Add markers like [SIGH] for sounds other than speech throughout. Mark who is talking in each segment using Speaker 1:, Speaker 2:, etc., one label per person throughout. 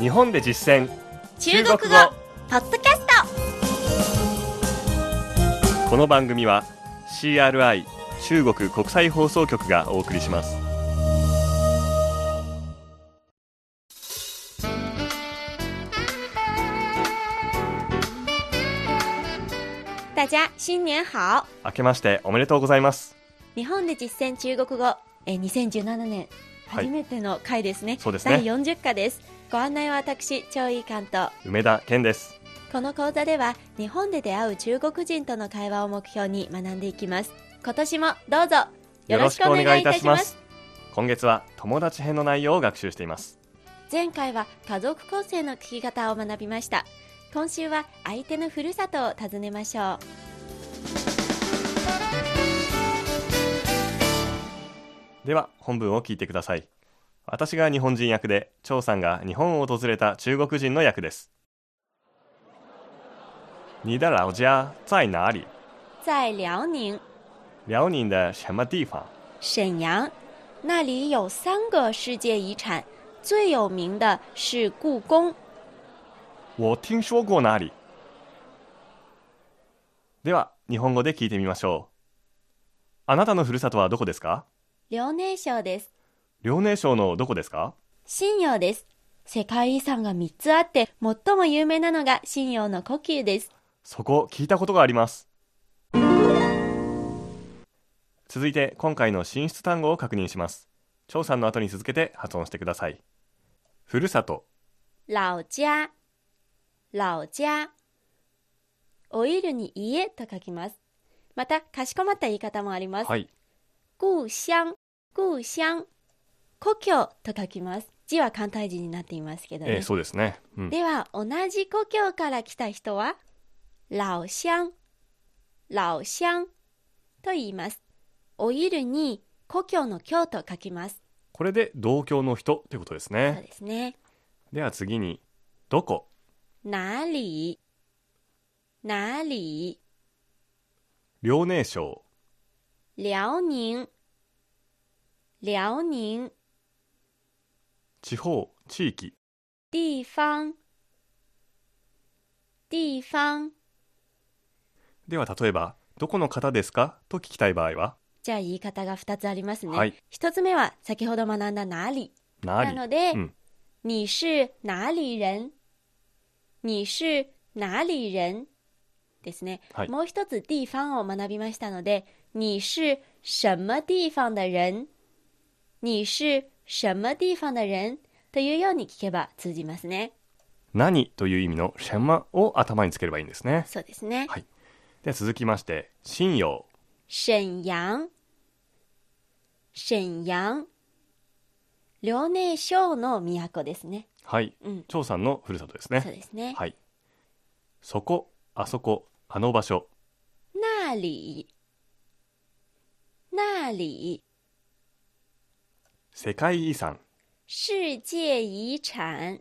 Speaker 1: 日本で実践
Speaker 2: 中国語ポッドキャス
Speaker 1: この番組は CRI 中国国際放送局がお送りします
Speaker 2: ト大家新年好
Speaker 1: 明けましておめでとうございます
Speaker 2: 日本で実践中国語えー2017年
Speaker 1: はい
Speaker 2: 初めての回ですね、
Speaker 1: そうですね
Speaker 2: 第40課ですご案内は私張井関と
Speaker 1: 梅田健です
Speaker 2: この講座では日本で出会う中国人との会話を目標に学んでいきます今年もどうぞよろしくお願いいたします
Speaker 1: 今月は友達編の内容を学習しています
Speaker 2: 前回は家族構成の聞き方を学びました今週は相手のふるさとを訪ねましょう
Speaker 1: では本文を聞いてください私が日本人役で張さんが日本を訪れた中国人の役です你的老家在哪里
Speaker 2: 在辽宁
Speaker 1: 辽宁的什么地方
Speaker 2: 沈阳，那里有三个世界遗产，最有名的是故宫。
Speaker 1: 我听说过哪里。では、日本語で聞いてみましょう。あなたのふるさとはどこですか
Speaker 2: 遼寧省です。
Speaker 1: 遼寧省のどこですか
Speaker 2: 信陽です。世界遺産が3つあって、最も有名なのが信陽の故宮です。
Speaker 1: そこ、聞いたことがあります。続いて、今回の進出単語を確認します。張さんの後に続けて発音してください。ふるさと、
Speaker 2: 老家、老家。オイルに家と書きます。また、かしこまった言い方もあります。
Speaker 1: はい、
Speaker 2: 故乡、故乡。故郷と書きます。字は簡体字になっていますけどね。
Speaker 1: えーそうですね。うん、
Speaker 2: では同じ故郷から来た人は老乡老乡と言いますお昼に故郷の郷と書きます
Speaker 1: これで同郷の人ということです
Speaker 2: そう
Speaker 1: ね。
Speaker 2: ですね
Speaker 1: では次に、どこ、
Speaker 2: 哪里哪里
Speaker 1: 遼寧省、
Speaker 2: 辽寧辽寧
Speaker 1: 地方、地域、
Speaker 2: 地方地方
Speaker 1: では例えばどこの方ですかと聞きたい場合は
Speaker 2: じゃあ言い方が2つありますね、
Speaker 1: はい
Speaker 2: 1つ目は先ほど学んだ哪里
Speaker 1: 哪
Speaker 2: なの
Speaker 1: 里
Speaker 2: で、
Speaker 1: うん
Speaker 2: 你是哪里人你是哪里人ですね、
Speaker 1: はい
Speaker 2: もう一つ地方を学びましたので你是什么地方的人你是什么地方的人というように聞けば通じますね
Speaker 1: 何という意味のシェマを頭につければいいんですね
Speaker 2: そうですね、
Speaker 1: はいでは続きまして信用
Speaker 2: 沈陽沈陽遼寧省の都ですね
Speaker 1: はい
Speaker 2: うん
Speaker 1: 張さんのふるさとです
Speaker 2: そう
Speaker 1: ね
Speaker 2: ですね
Speaker 1: はいそこあそこあの場所
Speaker 2: 那里，那里
Speaker 1: 世界遺産
Speaker 2: 世界遗产，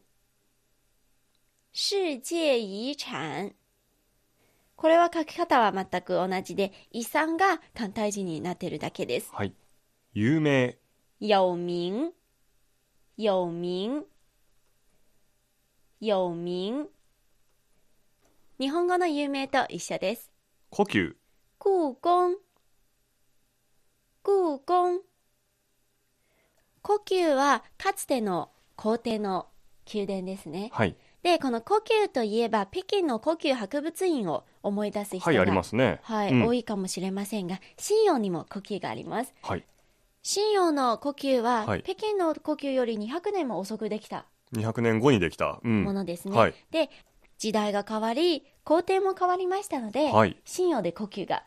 Speaker 2: 世界遺产。これは書き方は全く同じで、遺産が簡体字になっているだけです。
Speaker 1: はい有名
Speaker 2: 有名，有名，有名。日本語の有名と一緒です。
Speaker 1: 故宮
Speaker 2: 故宮故宮故宮はかつての皇帝の宮殿ですね
Speaker 1: はい
Speaker 2: でこの故宮といえば北京の故宮博物院を思い出す人が、
Speaker 1: はいありますね
Speaker 2: はい
Speaker 1: うん
Speaker 2: 多いかもしれませんが信陽にも故宮があります
Speaker 1: はい
Speaker 2: 信陽の故宮は、
Speaker 1: はい
Speaker 2: 北京の故宮より200年も遅くできた
Speaker 1: 200年後にできたう
Speaker 2: も
Speaker 1: ん
Speaker 2: のですね、
Speaker 1: はい
Speaker 2: で時代が変わり皇帝も変わりましたので、
Speaker 1: はい
Speaker 2: 信用で故宮が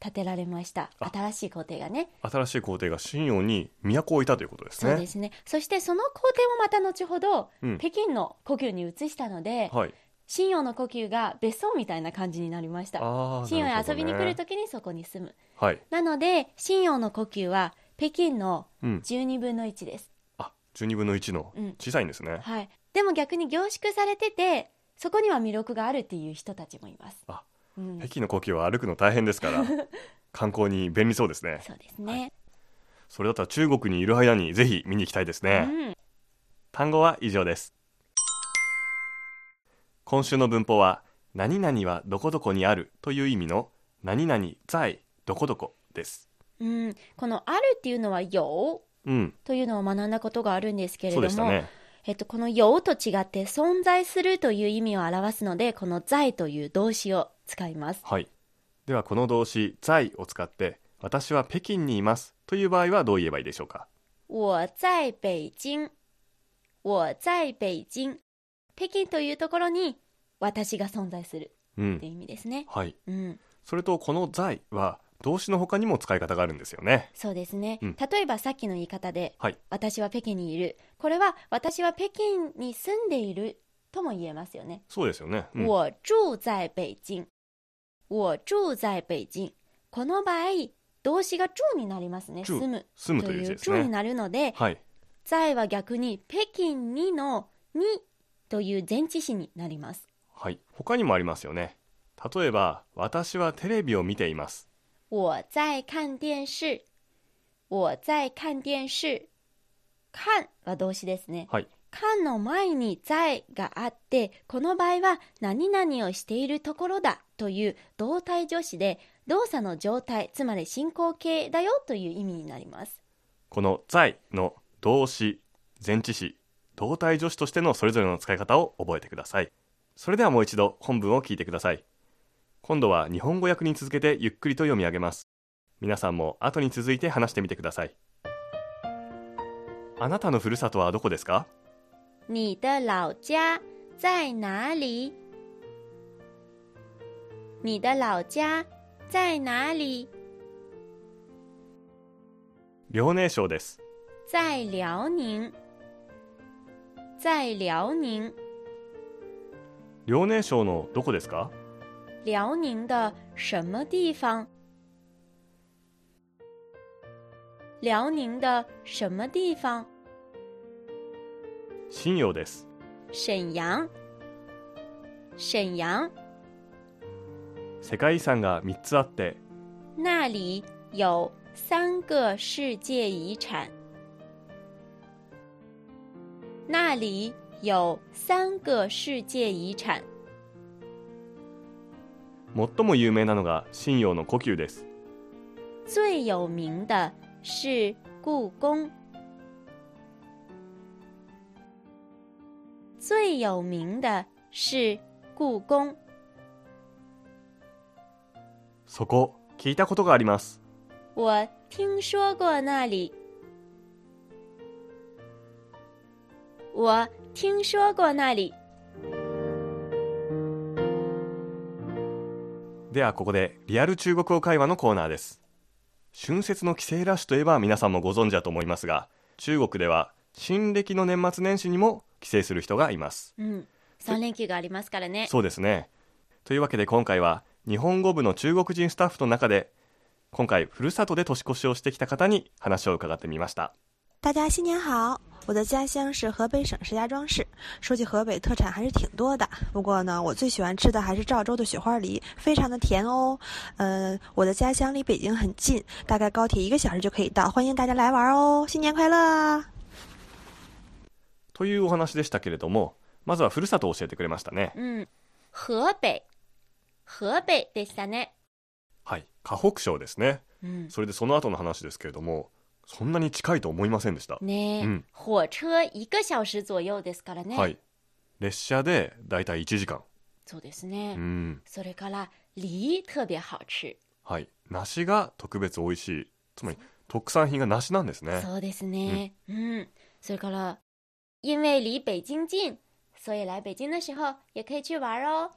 Speaker 2: 建てられました
Speaker 1: あ
Speaker 2: 新しい皇帝がね
Speaker 1: 新しい皇帝が信用に都を置いたということです
Speaker 2: そうで
Speaker 1: ね
Speaker 2: すねそしてその皇帝もまた後ほど、
Speaker 1: うん
Speaker 2: 北京の故宮に移したので
Speaker 1: はい
Speaker 2: 信用の故宮が別荘みたいな感じになりました
Speaker 1: あ
Speaker 2: 信用へ遊びに来る
Speaker 1: と
Speaker 2: ときにそこに住む
Speaker 1: はい
Speaker 2: なので信用の故宮は北京の
Speaker 1: うん
Speaker 2: 12分の1です、
Speaker 1: あ12分の1の
Speaker 2: うん
Speaker 1: 小さいんですね
Speaker 2: はい、でも逆に凝縮されててそこには魅力があるっていう人たちもいます
Speaker 1: あ
Speaker 2: うん
Speaker 1: 北京の故宮は歩くの大変ですから [LAUGHS] 観光に便利そうですね
Speaker 2: そうですね、
Speaker 1: それだったら中国にいる間にぜひ見に行きたいですね、
Speaker 2: うん
Speaker 1: 単語は以上です今週の文法は何々はどこどこにあるという意味の何々在どこどこです
Speaker 2: うん、このあるっていうのはよ
Speaker 1: うん
Speaker 2: というのを学んだことがあるんですけれ
Speaker 1: そう
Speaker 2: ど
Speaker 1: でした
Speaker 2: も、
Speaker 1: ね
Speaker 2: えっと、このよと違って存在するという意味を表すので、この在という動詞を使います。
Speaker 1: はいではこの動詞在を使って私は北京にいますという場合はどう言えばいいでしょうか
Speaker 2: 我在北京。我在北京。北京というところに私が存在する
Speaker 1: う
Speaker 2: って
Speaker 1: ん
Speaker 2: いう意味ですね。
Speaker 1: はい
Speaker 2: うん、
Speaker 1: それとこの在は動詞の他にも使い方があるんですよね
Speaker 2: そうですね。
Speaker 1: うん
Speaker 2: 例えばさっきの言い方で、
Speaker 1: はい
Speaker 2: 私は北京にいる。これは私は北京に住んでいるとも言えますよね。
Speaker 1: そうですよね、うん
Speaker 2: 我住在北京。我住在北京。この場合、動詞が住になりますね。
Speaker 1: 住
Speaker 2: 住む
Speaker 1: 住む
Speaker 2: と
Speaker 1: という
Speaker 2: い
Speaker 1: 字
Speaker 2: う
Speaker 1: です
Speaker 2: 住に
Speaker 1: ね
Speaker 2: なるので、
Speaker 1: はい
Speaker 2: 在は逆に北京にのにという前置詞になります。
Speaker 1: はい他にもありますよね例えば私はテレビを見ています
Speaker 2: 我在看电视。我在看电視。看は動詞ですね。
Speaker 1: はい
Speaker 2: 看の前に在があって、この場合は何々をしているところだという動体助詞で、動作の状態、つまり進行形だよという意味になります。
Speaker 1: この在の動詞前置詞動体助詞としてのそれぞれの使い方を覚えてくださいそれではもう一度本文を聞いてください今度は日本語訳に続けてゆっくりと読み上げます皆さんも後に続いて話してみてくださいあなたのふるさとはどこですか
Speaker 2: 你的老家在哪里？你的老家在哪里？
Speaker 1: 遼寧省です
Speaker 2: 在辽宁，在辽宁，
Speaker 1: 遼寧省のどこですか
Speaker 2: 辽宁的什么地方？辽宁的什么地方？
Speaker 1: 信陽です
Speaker 2: 沈阳，沈阳
Speaker 1: 世界遺産が3つあって
Speaker 2: 那里有三个世界遗产。那里有三个世界遗产，
Speaker 1: 最も有名なのが信陽の故宮です
Speaker 2: 最有名的是故宫。最有名的是故宫，
Speaker 1: そこ聞いたことがあります
Speaker 2: 我听说过那里。我听说过那里。
Speaker 1: ではここでリアル中国語会話のコーナーです春節の帰省ラッシュといえば皆さんもご存知だと思いますが中国では新暦の年末年始にも帰省する人がいます
Speaker 2: うん、3連休がありますからね。
Speaker 1: そうですねというわけで今回は日本語部の中国人スタッフの中で今回ふるさとで年越しをしてきた方に話を伺ってみました
Speaker 3: 大家新年好！我的家乡是河北省石家庄市。说起河北特产还是挺多的，不过呢，我最喜欢吃的还是赵州的雪花梨，非常的甜哦。呃，我的家乡离北京很近，大概高铁一个小时就可以到，欢迎大家来玩哦！新年快乐啊！
Speaker 1: というお話でしたけれどもまずはふるさとを教えてくれましたね
Speaker 2: うん、河北、河北でしたね。
Speaker 1: はい河北省ですね
Speaker 2: うん、
Speaker 1: それでその後の話ですけれどもそんなに近いと思いませんでした、
Speaker 2: ねえ、
Speaker 1: うん
Speaker 2: 火車1小時左右ですからね。
Speaker 1: はい列車でだいたい1時間
Speaker 2: そうですね。
Speaker 1: うん
Speaker 2: それから、梨特別好吃。
Speaker 1: はい梨が特別美味しいつまり特産品が梨なんですね
Speaker 2: そうですね。うん、それから、因为离北京近，所以来北京的时候也可以去玩哦。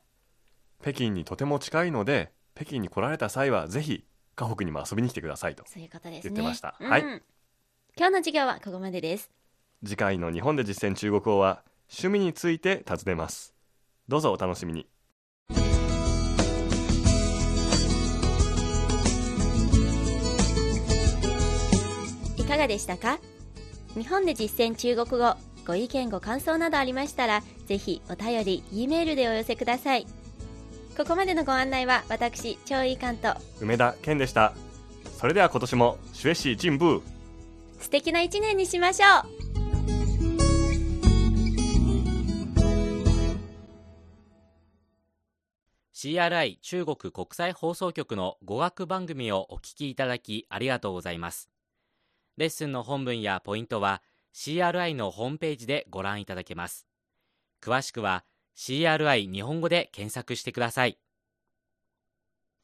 Speaker 1: 北京にとても近いので北京に来られた際はぜひ河北にも遊びに来てくださいと
Speaker 2: そういうことです
Speaker 1: 言
Speaker 2: ね。
Speaker 1: ってました
Speaker 2: うん
Speaker 1: はい
Speaker 2: 今日の授業はここまでです。
Speaker 1: 次回の日本で実践中国語は趣味について尋ねますどうぞお楽しみに
Speaker 2: いかがでしたか日本で実践中国語ご意見ご感想などありましたらぜひお便り E メールでお寄せくださいここまでのご案内は私超いい関と
Speaker 1: 梅田健でしたそれでは今年もシュエシー進步
Speaker 2: 素敵な一年にしましょう
Speaker 4: CRI 中国国際放送局の語学番組をお聞きいただきありがとうございます。レッスンの本文やポイントは CRI のホームページでご覧いただけます。詳しくは CRI 日本語で検索してください。